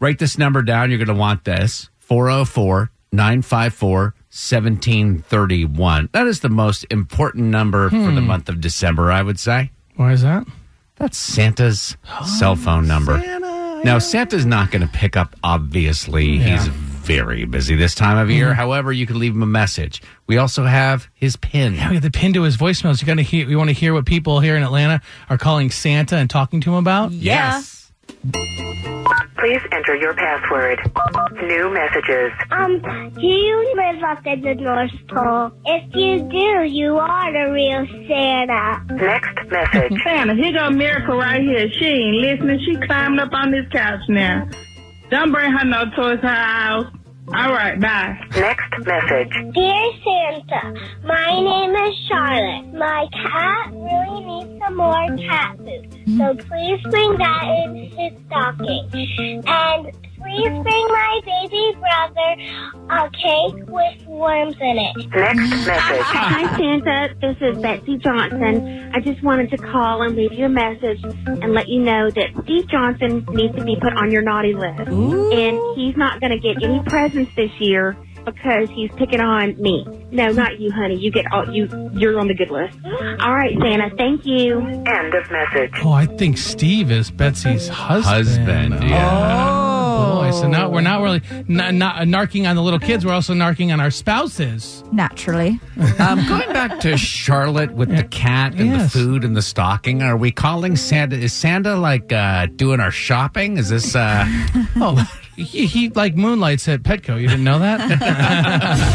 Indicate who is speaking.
Speaker 1: Write this number down. You're going to want this 404 954 1731. That is the most important number for the month of December, I would say.
Speaker 2: Why is that?
Speaker 1: That's Santa's cell phone number. now, Santa's not going to pick up, obviously. He's very busy this time of year. However, you can leave him a message. We also have his pin.
Speaker 2: We get the pin to his voicemails. You got to hear. We want to hear what people here in Atlanta are calling Santa and talking to him about.
Speaker 3: Yeah.
Speaker 4: Please enter your password. New messages.
Speaker 5: Um, do you live up in the North Pole? If you do, you are the real Santa.
Speaker 4: Next message.
Speaker 6: Santa, here go Miracle right here. She ain't listening. She climbing up on this couch now. Don't bring her no toys to her house. All right, bye.
Speaker 4: Next message.
Speaker 5: Dear Santa, my name is Charlotte. My cat really needs some more cat food, so please bring that in his stocking. And please bring my baby brother a cake with worms in it.
Speaker 4: Next message.
Speaker 7: Hi, Santa. This is Betsy Johnson. I just wanted to call and leave you a message and let you know that Steve Johnson needs to be put on your naughty list. And he's not going to get any presents this year because he's picking on me. No, not you, honey. You get all you. You're on the good list. All right, Santa. Thank you.
Speaker 4: End of message.
Speaker 2: Oh, I think Steve is Betsy's husband.
Speaker 1: Husband.
Speaker 2: Oh,
Speaker 1: Yeah.
Speaker 2: Boy, so now we're not really not, not narking on the little kids. We're also narking on our spouses.
Speaker 3: Naturally.
Speaker 1: Um, going back to Charlotte with the cat and
Speaker 2: Yes.
Speaker 1: the food and the stocking, are we calling Santa? Is Santa like uh, doing our shopping? Is this. Uh,
Speaker 2: Oh, he, he like moonlights at Petco. You didn't know that?